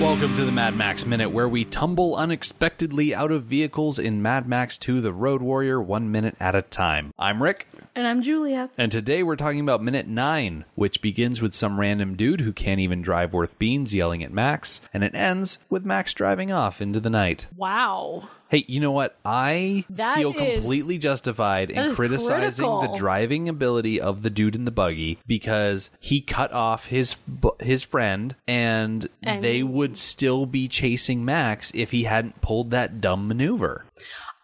Welcome to the Mad Max Minute, where we tumble unexpectedly out of vehicles in Mad Max 2 The Road Warrior one minute at a time. I'm Rick, And I'm Julia. and today we're talking about Minute 9, which begins with some random dude who can't even drive worth beans yelling at Max, and it ends with Max driving off into the night. Wow. Hey, you know what? I That feel is- completely justified in is criticizing the critical. driving ability of the dude in the buggy because he cut off his bu- his friend, and, And- they would still be chasing Max if he hadn't pulled that dumb maneuver.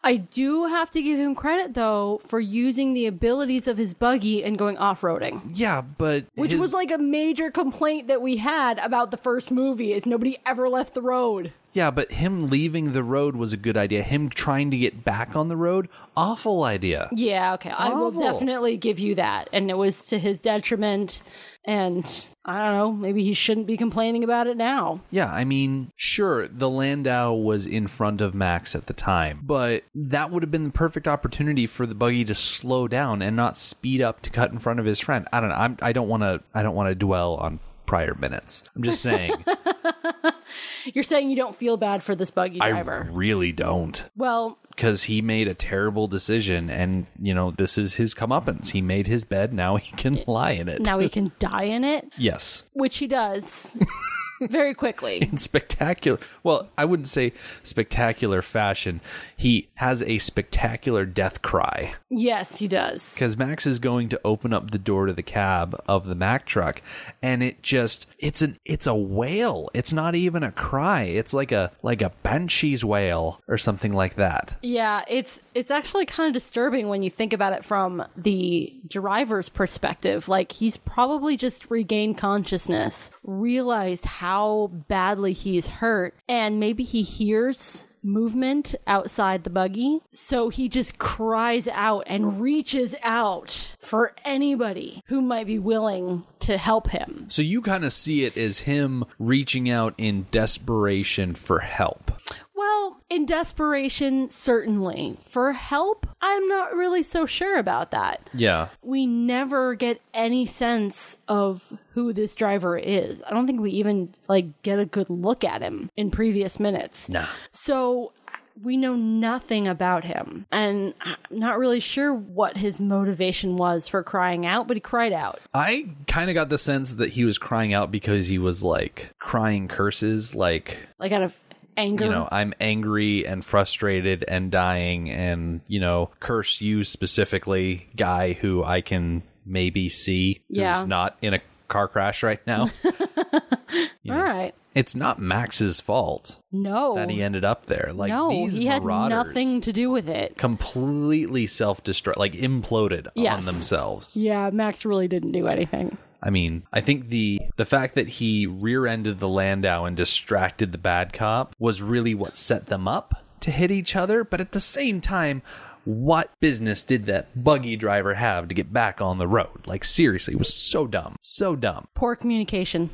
I do have to give him credit though for using the abilities of his buggy and going off-roading, Yeah, but which his- was like a major complaint that we had about the first movie is nobody ever left the road. yeah, but him leaving the road was a good idea. Him trying to get back on the road, awful idea. Yeah, okay. I will Awful. definitely give you that. And it was to his detriment and I don't know, maybe he shouldn't be complaining about it now. Yeah, I mean, sure, the Landau was in front of Max at the time, but that would have been the perfect opportunity for the buggy to slow down and not speed up to cut in front of his friend. I don't know. I'm, I don't want to. I don't want to dwell on prior minutes. I'm just saying. You're saying you don't feel bad for this buggy I driver. really don't, well, because he made a terrible decision, and you know this is his comeuppance. He made his bed. Now he can lie in it. now he can die in it, yes. which he does very quickly. in spectacular well i wouldn't say spectacular fashion he has a spectacular death cry Yes, he does. because max is going to open up the door to the cab of the mac truck and it just it's an it's a wail it's not even a cry it's like a like a banshee's wail or something like that Yeah, it's it's actually kind of disturbing when you think about it from the driver's perspective. Like he's probably just regained consciousness, realized how badly he's hurt, and maybe he hears movement outside the buggy, so he just cries out and reaches out for anybody who might be willing to help him. so you kind of see it as him reaching out in desperation for help Well, in desperation certainly. For help, I'm not really so sure about that. yeah we never get any sense of who this driver is. I don't think we even like get a good look at him in previous minutes. nah So we know nothing about him and I'm not really sure what his motivation was for crying out, but he cried out. I kind of got the sense that he was crying out because he was like crying curses, like, Like out of anger. you know, I'm angry and frustrated and dying, and, you know, curse you specifically, guy who I can maybe see who's Yeah. not in a car crash right now. All right. it's not Max's fault No. that he ended up there. Like, Oh. no, these he had marauders nothing to do with it. completely self destruct, like imploded on Yes. themselves. Yeah, Max really didn't do anything. I mean, I think the the fact that he rear-ended the Landau and distracted the bad cop was really what set them up to hit each other, but at the same time, what business did that buggy driver have to get back on the road? Like seriously, it was so dumb. So dumb. Poor communication.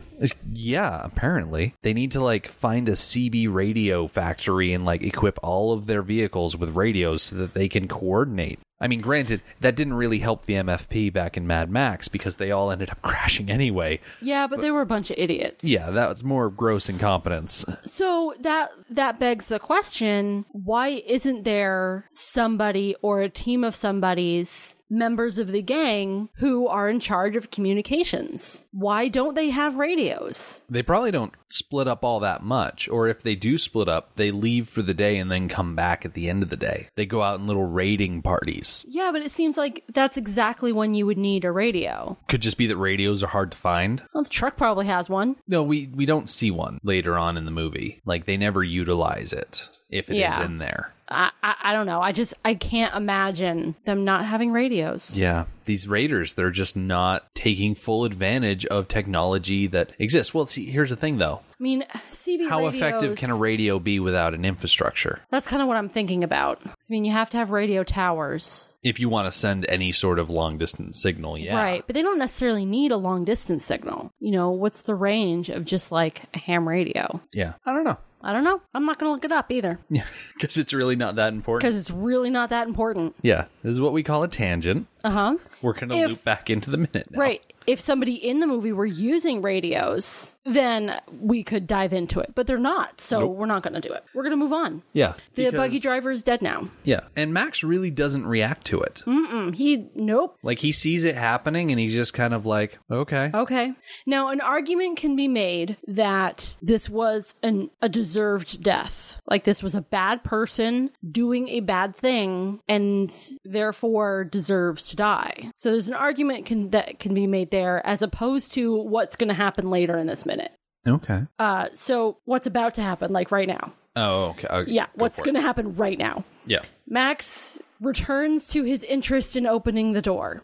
Yeah, apparently. They need to like find a CB radio factory and like equip all of their vehicles with radios so that they can coordinate. I mean, granted, that didn't really help the MFP back in Mad Max because they all ended up crashing anyway. Yeah, but, they were a bunch of idiots. Yeah, that was more of gross incompetence. So that that begs the question, why isn't there somebody or a team of somebody's members of the gang who are in charge of communications? Why don't they have radios? They probably don't split up all that much, or if they do split up, they leave for the day and then come back at the end of the day. They go out in little raiding parties. Yeah, but it seems like that's exactly when you would need a radio. Could just be that radios are hard to find. Well, the truck probably has one. No, we we don't see one later on in the movie. Like they never utilize it if it is Yeah. in there. I, I, I don't know. I just I can't imagine them not having radios. Yeah, these raiders, they're just not taking full advantage of technology that exists. Well, see, here's the thing though. I mean, CB How effective radios- can a radio be without an infrastructure? That's kind of what I'm thinking about. 'Cause, I mean, you have to have radio towers, If you want to send any sort of long distance signal, yeah. right? But they don't necessarily need a long distance signal. You know, what's the range of just like a ham radio? Yeah. I don't know. I don't know. I'm not going to look it up either Yeah. Because it's really not that important. because it's really not that important. Yeah. This is what we call a tangent. Uh huh. We're going to If- loop back into the minute now. Right. If somebody in the movie were using radios, then we could dive into it. But they're not, so we're not going to do it. We're going to move on. Yeah. The because- buggy driver is dead now. Yeah. And Max really doesn't react to it. Hmm? He, nope. Like he sees it happening and he's just kind of like, okay. Okay. Now, an argument can be made that this was an, a deserved death. Like, this was a bad person doing a bad thing and therefore deserves to die. So, there's an argument can, that can be made there as opposed to what's going to happen later in this minute. Okay. Uh, so, what's about to happen, like right now? Oh, okay. okay. Yeah, Go what's for it. going to happen right now? Yeah. Max returns to his interest in opening the door.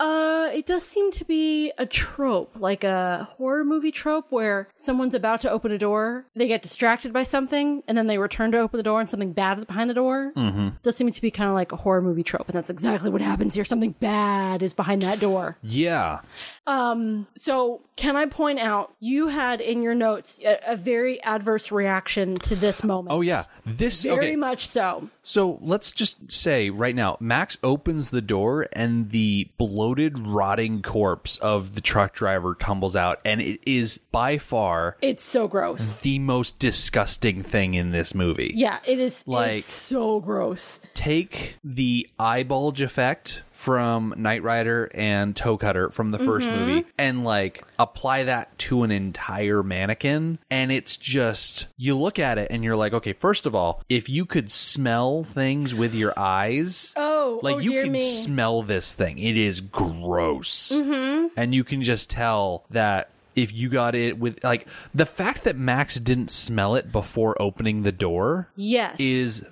Uh, it does seem to be a trope, like a horror movie trope where someone's about to open a door, they get distracted by something, and then they return to open the door and something bad is behind the door. Mm-hmm. Does seem to be kind of like a horror movie trope, and that's exactly what happens here. Something bad is behind that door. Yeah. So, can I point out you had in your notes a, a very adverse reaction to this moment? Oh, yeah. This Very okay. much so. So let's just say right now, Max opens the door and the bloated, rotting corpse of the truck driver tumbles out, and it is by far It's so gross. the most disgusting thing in this movie. Yeah, it is like Like- so gross. Take the eye bulge effect from Knight Rider and Toe Cutter from the 1st Mm-hmm. movie and like apply that to an entire mannequin and it's just you look at it and you're like okay first of all if you could smell things with your eyes Oh, like oh you dear can me. smell this thing it is gross Mm-hmm. and you can just tell that if you got it with like the fact that max didn't smell it before opening the door yes. Oh, is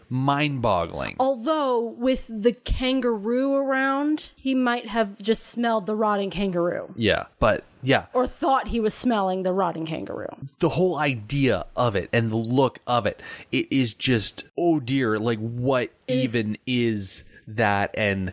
mind-boggling Although with the kangaroo around, he might have just smelled the rotting kangaroo yeah but yeah or thought he was smelling the rotting kangaroo. the whole idea of it and the look of it it is just oh dear like what even is that and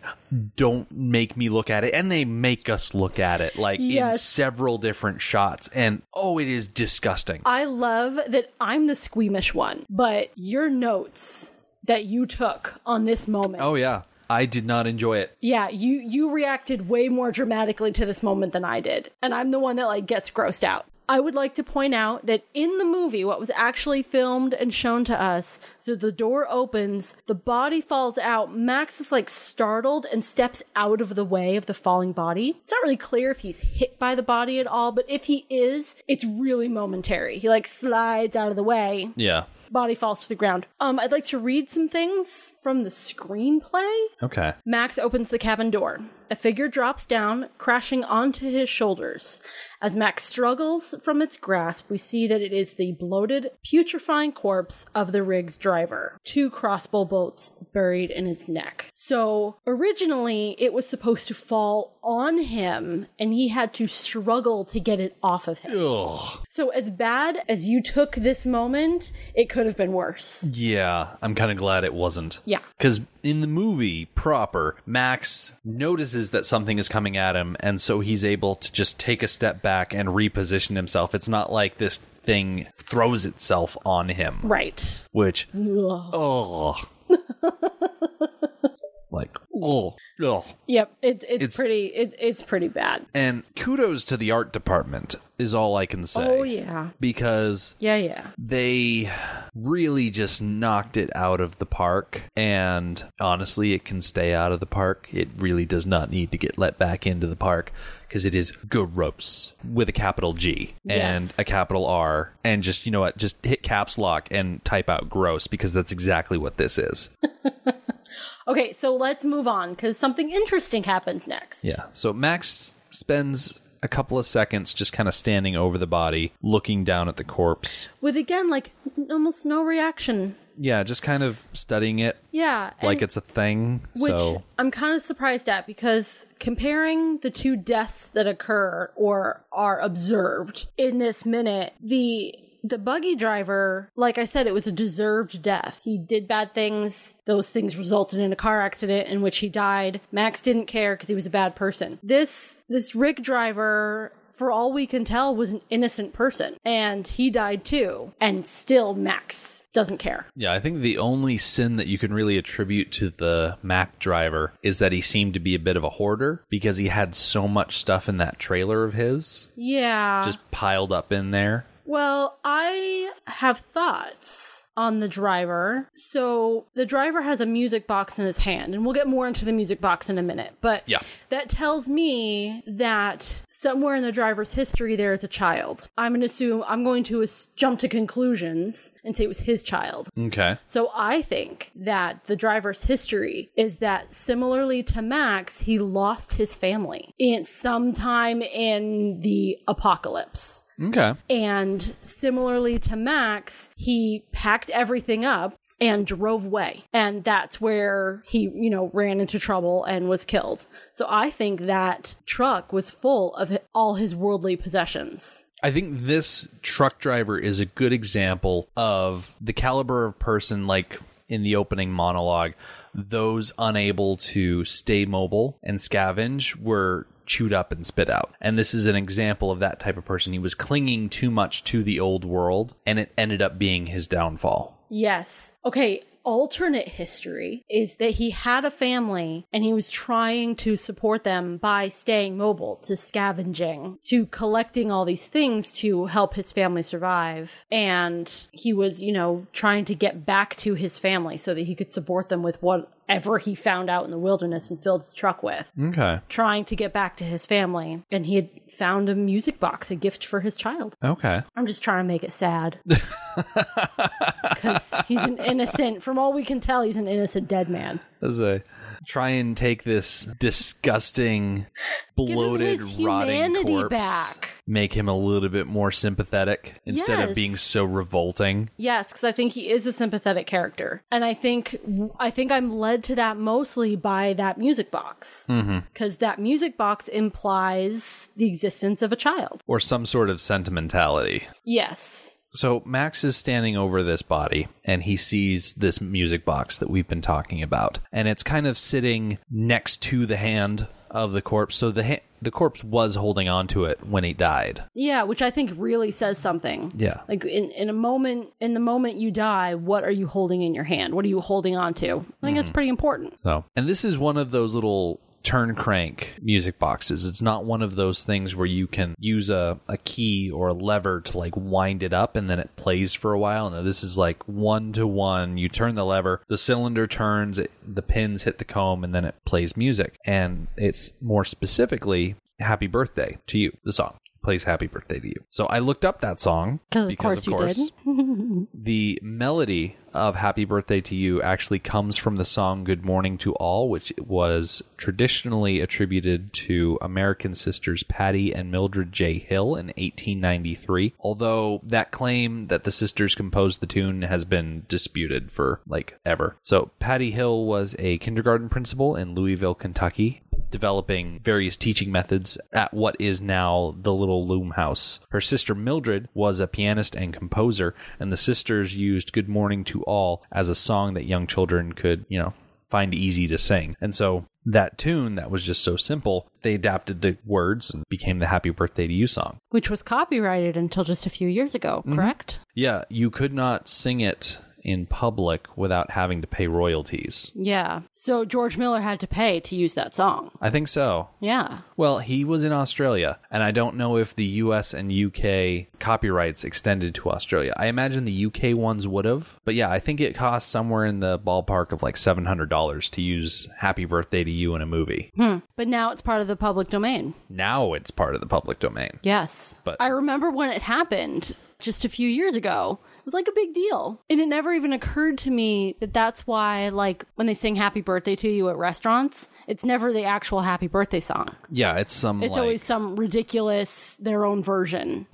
don't make me look at it and they make us look at it like in Yes. several different shots and oh it is disgusting I love that I'm the squeamish one, but your notes that you took on this moment. oh yeah i did not enjoy it Yeah, you you reacted way more dramatically to this moment than I did, and I'm the one that like gets grossed out. I would like to point out that in the movie, what was actually filmed and shown to us, so the door opens, the body falls out. Max is like startled and steps out of the way of the falling body. It's not really clear if he's hit by the body at all, but if he is, it's really momentary. He like slides out of the way yeah body falls to the ground. Um, I'd like to read some things from the screenplay. okay Max opens the cabin door. A figure drops down, crashing onto his shoulders. As Max struggles from its grasp, we see that it is the bloated, putrefying corpse of the rig's driver, two crossbow bolts buried in its neck. So, originally, it was supposed to fall on him, and he had to struggle to get it off of him. Ugh. So, as bad as you took this moment, it could have been worse. yeah i'm kind of glad it wasn't Yeah. because in the movie proper max notices that something is coming at him and so he's able to just take a step back and reposition himself it's not like this thing throws itself on him Right. which oh like oh Yep. It, it's, It's- pretty. It, it's pretty bad. and kudos to the art department is all i can say Oh yeah. because Yeah yeah. they really just knocked it out of the park and honestly it can stay out of the park it really does not need to get let back into the park because it is gross with a capital g Yes. and a capital r and just you know what just hit caps lock and type out gross because that's exactly what this is Okay, so let's move on because something interesting happens next. yeah so max spends a couple of seconds just kind of standing over the body looking down at the corpse With again like n- almost no reaction yeah, just kind of studying it Yeah. and- like it's a thing. which so I'm kind of surprised at because comparing the two deaths that occur or are observed in this minute, the the buggy driver, like I said, it was a deserved death. He did bad things. Those things resulted in a car accident in which he died. Max didn't care because he was a bad person. This this rig driver for all we can tell was an innocent person and he died too and still max doesn't care yeah, I think the only sin that you can really attribute to the Mac driver is that he seemed to be a bit of a hoarder because he had so much stuff in that trailer of his yeah just piled up in there. Well, I have thoughts on the driver. So the driver has a music box in his hand, and we'll get more into the music box in a minute. But Yeah. that tells me that somewhere in the driver's history there is a child. I'm going to assume I'm going to as- jump to conclusions and say it was his child. Okay. So I think that the driver's history is that similarly to Max, he lost his family in sometime in the apocalypse. Okay. And similarly to Max, he packed everything up and drove away. And that's where he, you know, ran into trouble and was killed. So I think that truck was full of all his worldly possessions. I think this truck driver is a good example of the caliber of person, like in the opening monologue, those unable to stay mobile and scavenge were chewed up and spit out. And this is an example of that type of person. He was clinging too much to the old world, and it ended up being his downfall. Yes. Okay. Alternate history is that he had a family and he was trying to support them by staying mobile, to scavenging, to collecting all these things to help his family survive. And he was, you know, trying to get back to his family so that he could support them with whatever he found out in the wilderness and filled his truck with Okay. trying to get back to his family and he had found a music box a gift for his child Okay. I'm just trying to make it sad. Because he's an innocent, from all we can tell, he's an innocent dead man. This is a try and take this disgusting, bloated, Give him his rotting humanity corpse. back. Make him a little bit more sympathetic instead Yes. of being so revolting. Yes, because I think he is a sympathetic character, and I think I think I'm led to that mostly by that music box, because that music box implies the existence of a child. Or some sort of sentimentality. Yes, So Max is standing over this body and he sees this music box that we've been talking about. And it's kind of sitting next to the hand of the corpse. So the ha- the corpse was holding onto it when he died. yeah, which I think really says something. Yeah. Like in, in a moment, in the moment you die, what are you holding in your hand? What are you holding on to? I think that's pretty important. So, and this is one of those little turn crank music boxes. It's not one of those things where you can use a, a key or a lever to like wind it up and then it plays for a while. No, this is like one to one. You turn the lever, the cylinder turns, it, the pins hit the comb, and then it plays music. And it's more specifically, Happy Birthday to You, the song. Plays happy birthday to you. So I looked up that song Because of course you did. the melody of Happy Birthday to You actually comes from the song Good Morning to All, which was traditionally attributed to American sisters Patty and Mildred J. Hill in 1893. Although that claim that the sisters composed the tune has been disputed for like ever. So, Patty Hill was a kindergarten principal in Louisville, Kentucky developing various teaching methods at what is now the Little Loom House. Her sister Mildred was a pianist and composer, and the sisters used Good Morning to All as a song that young children could, you know, find easy to sing. And so that tune that was just so simple, they adapted the words and became the Happy Birthday to You song. which was copyrighted until just a few years ago, Mm-hmm. correct? Yeah, you could not sing it in public without having to pay royalties. Yeah. So George Miller had to pay to use that song. I think so. Yeah. Well, he was in Australia, and I don't know if the US and UK copyrights extended to Australia. I imagine the UK ones would have, but yeah, I think it cost somewhere in the ballpark of like $700 to use Happy Birthday to You in a movie. But now it's part of the public domain. Now it's part of the public domain. Yes. But- I remember when it happened just a few years ago. It was like a big deal. And it never even occurred to me that that's why, like, when they sing happy birthday to you at restaurants, it's never the actual happy birthday song. Yeah, it's some It's like always some ridiculous, their own version.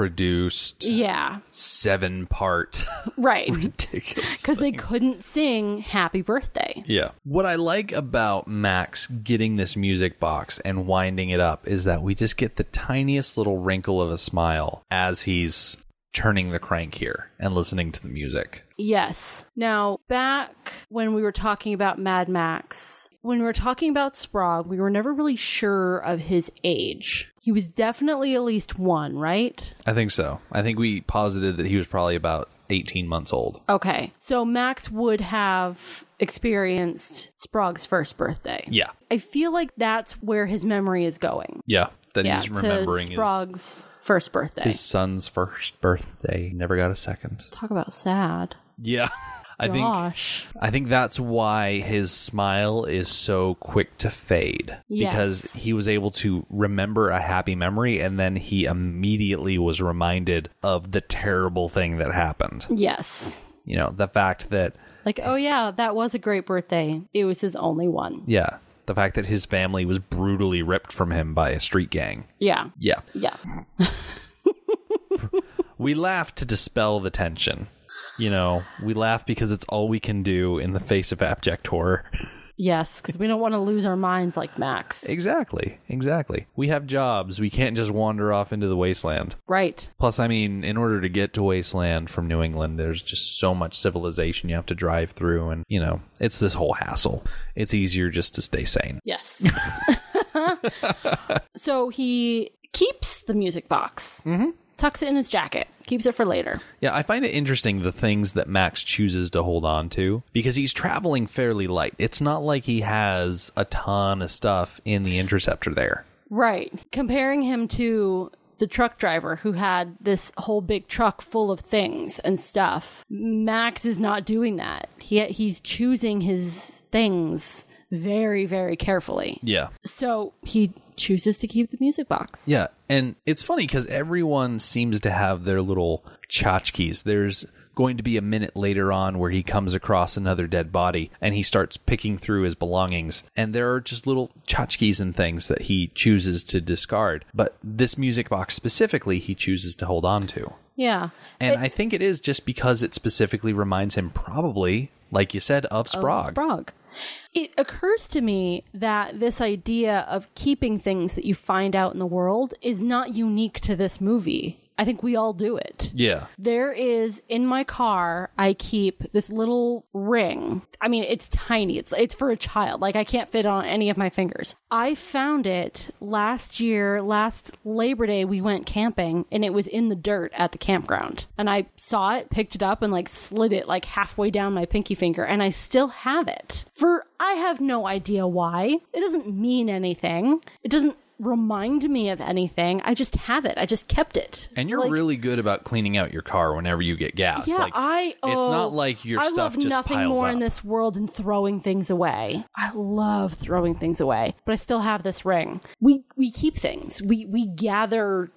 overproduced Yeah. seven part Right. ridiculous. Because they couldn't sing happy birthday. Yeah. What I like about Max getting this music box and winding it up is that we just get the tiniest little wrinkle of a smile as he's turning the crank here and listening to the music. Yes. Now, back when we were talking about Mad Max, when we were talking about Sprague, we were never really sure of his age. He was definitely at least one, right? I think so. I think we posited that he was probably about 18 months old. Okay. So Max would have experienced Sprague's first birthday. Yeah. I feel like that's where his memory is going. Yeah. That Yeah, he's remembering to his, Sprague's first birthday. his son's first birthday. Never got a second. Talk about sad. Yeah. I think Gosh. I think that's why his smile is so quick to fade Yes. because he was able to remember a happy memory and then he immediately was reminded of the terrible thing that happened. yes. You know, the fact that, Like, oh yeah, that was a great birthday. It was his only one. yeah, the fact that his family was brutally ripped from him by a street gang. Yeah. Yeah. Yeah. We laugh to dispel the tension. You know, we laugh because it's all we can do in the face of abject horror. Yes, because we don't want to lose our minds like Max. Exactly. Exactly. We have jobs. We can't just wander off into the wasteland. Right. Plus, I mean, in order to get to Wasteland from New England, there's just so much civilization you have to drive through, and you know, it's this whole hassle. It's easier just to stay sane. Yes. so he keeps the music box, mm-hmm. tucks it in his jacket, keeps it for later. Yeah, I find it interesting the things that Max chooses to hold on to because he's traveling fairly light. It's not like he has a ton of stuff in the interceptor there. Right. Comparing him to the truck driver who had this whole big truck full of things and stuff. Max is not doing that. He he's choosing his things very very carefully. Yeah. So he chooses to keep the music box. Yeah, and it's funny because everyone seems to have their little tchotchkes. There's going to be a minute later on where he comes across another dead body and he starts picking through his belongings. And there are just little tchotchkes and things that he chooses to discard. But this music box specifically, he chooses to hold on to. Yeah. And I think it is just because it specifically reminds him, probably, like you said, of Sprague. Sprague. It occurs to me that this idea of keeping things that you find out in the world is not unique to this movie. I think we all do it. Yeah. There is in my car, I keep this little ring. I mean, it's tiny. It's it's for a child. Like I can't fit it on any of my fingers. I found it last year, last Labor Day we went camping and it was in the dirt at the campground. And I saw it, picked it up and like slid it like halfway down my pinky finger and I still have it. For I have no idea why. It doesn't mean anything. It doesn't remind me of anything. I just have it. I just kept it. And you're Like- really good about cleaning out your car whenever you get gas. yeah, like, I. Oh, it's not like your I stuff love just nothing piles more up. in this world than throwing things away. I love throwing things away, but I still have this ring. We we keep things. We we gather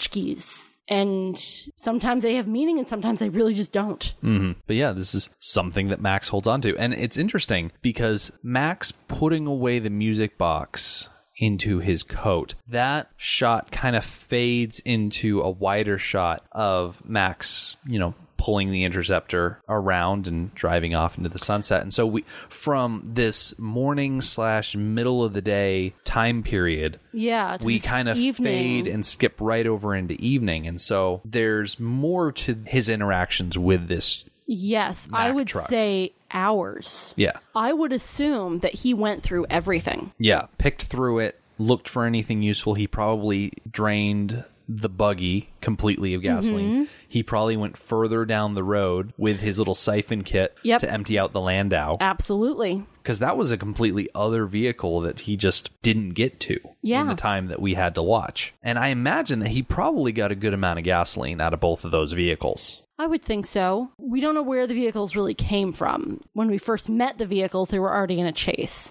tchotchkes, and sometimes they have meaning, and sometimes they really just don't. Mm. But yeah, this is something that Max holds on to. And it's interesting because Max putting away the music box into his coat, that shot kind of fades into a wider shot of Max, you know, pulling the interceptor around and driving off into the sunset. And so we from this morning slash middle of the day time period Yeah, to we this kind of evening. fade and skip right over into evening. And so there's more to his interactions with this. Yes, I Mack would truck. say hours. Yeah. I would assume that he went through everything. Yeah. Picked through it, looked for anything useful. He probably drained the buggy completely of Mm-hmm. gasoline. He probably went further down the road with his little siphon kit Yep. to empty out the Landau Absolutely. because that was a completely other vehicle that he just didn't get to Yeah. in the time that we had to watch. And I imagine that he probably got a good amount of gasoline out of both of those vehicles. I would think so. We don't know where the vehicles really came from. When we first met the vehicles, they were already in a chase.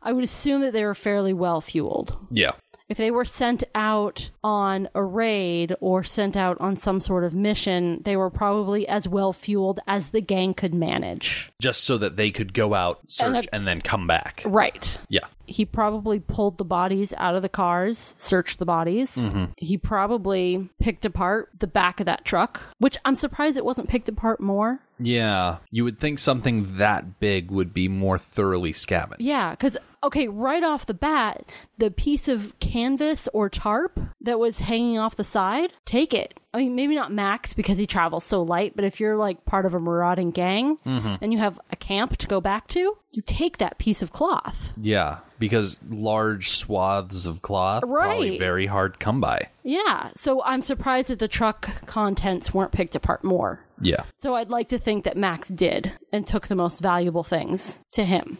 I would assume that they were fairly well fueled. Yeah. if they were sent out on a raid or sent out on some sort of mission, they were probably as well fueled as the gang could manage. just so that they could go out, search, And and, a- then come back. Right. Yeah. He probably pulled the bodies out of the cars, searched the bodies. He probably picked apart the back of that truck, which I'm surprised it wasn't picked apart more. Yeah. You would think something that big would be more thoroughly scavenged. Yeah, because, okay, right off the bat, the piece of canvas or tarp that was hanging off the side, take it. I mean, maybe not Max because he travels so light, but if you're like part of a marauding gang Mm-hmm. and you have a camp to go back to, you take that piece of cloth. Yeah. Because large swaths of cloth probably Right. very hard come by. Yeah, so I'm surprised that the truck contents weren't picked apart more. Yeah. So I'd like to think that Max did and took the most valuable things to him.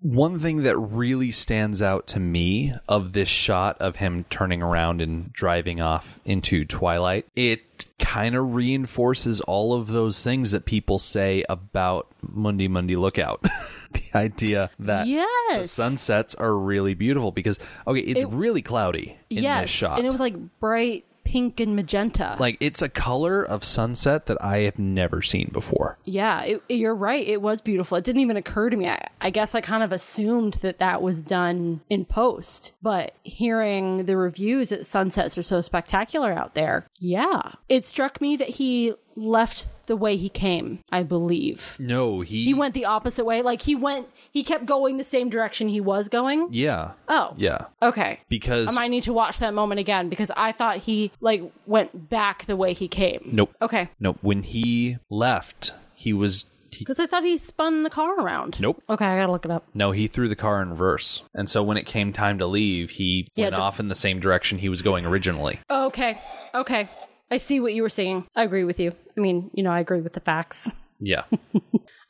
One thing that really stands out to me of this shot of him turning around and driving off into twilight, it kind of reinforces all of those things that people say about Mundi Mundi Lookout. the idea that the Yes. sunsets are really beautiful because okay, it's really cloudy in yes. this shot. And it was like bright pink and magenta. like it's a color of sunset that I have never seen before. yeah, it, it- you're right. It was beautiful. It didn't even occur to me. I, I guess I kind of assumed that that was done in post. But hearing the reviews that sunsets are so spectacular out there, yeah. It struck me that he left the way he came, I believe. No, he He went the opposite way. Like he went, he kept going the same direction he was going. Yeah. Oh. Yeah. Okay. Because I might need to watch that moment again because I thought he like went back the way he came. Nope. Okay. No, when he left, he was. He, Because I thought he spun the car around. Nope. Okay, I gotta look it up. no, he threw the car in reverse. And so when it came time to leave, he Yeah, went the- off in the same direction he was going originally. Okay. Okay. I see what you were saying. I agree with you. I mean, you know, I agree with the facts. Yeah.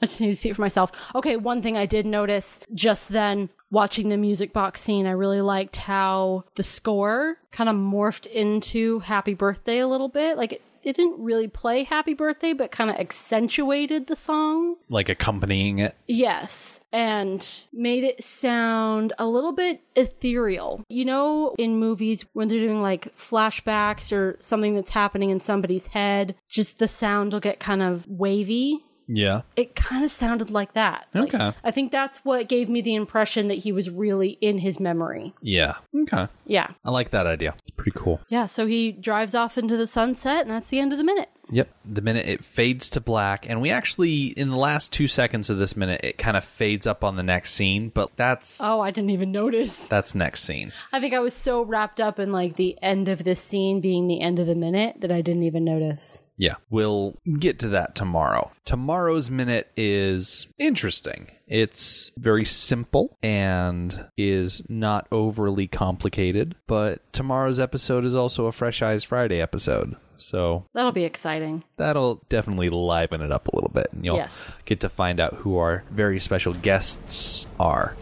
I just need to see it for myself. Okay, one thing I did notice just then watching the music box scene, I really liked how the score kind of morphed into Happy Birthday a little bit. Like it, it didn't really play Happy Birthday, but kind of accentuated the song. like accompanying it. Yes, and made it sound a little bit ethereal. You know, in movies when they're doing like flashbacks or something that's happening in somebody's head, just the sound will get kind of wavy. Yeah. It kind of sounded like that. Like, Okay. I think that's what gave me the impression that he was really in his memory. Yeah. Okay. Yeah. I like that idea. It's pretty cool. Yeah, so he drives off into the sunset, and that's the end of the minute. Yep. The minute it fades to black, and we actually, in the last two seconds of this minute, it kind of fades up on the next scene, but that's. Oh, I didn't even notice. That's next scene. I think I was so wrapped up in like the end of this scene being the end of the minute that I didn't even notice. Yeah. We'll get to that tomorrow. Tomorrow's minute is interesting. It's very simple and is not overly complicated, but tomorrow's episode is also a Fresh Eyes Friday episode. So That'll be exciting. that'll definitely liven it up a little bit. And you'll Yes. get to find out who our very special guests are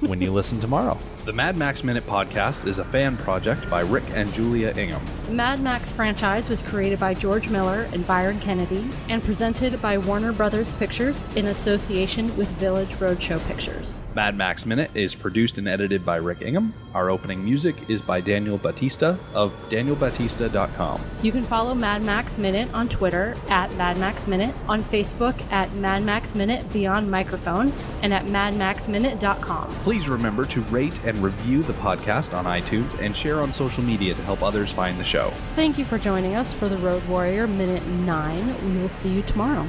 when you listen tomorrow. The Mad Max Minute podcast is a fan project by Rick and Julia Ingham. Mad Max franchise was created by George Miller and Byron Kennedy and presented by Warner Brothers Pictures in association with Village Roadshow Pictures. Mad Max Minute is produced and edited by Rick Ingham. Our opening music is by Daniel Batista of danielbatista.com. You can follow Mad Max Minute on Twitter at Mad Max Minute, on Facebook at Mad Max Minute Beyond Microphone, and at madmaxminute.com. Please remember to rate and review the podcast on iTunes and share on social media to help others find the show. Thank you for joining us for the Road Warrior Minute 9. We will see you tomorrow.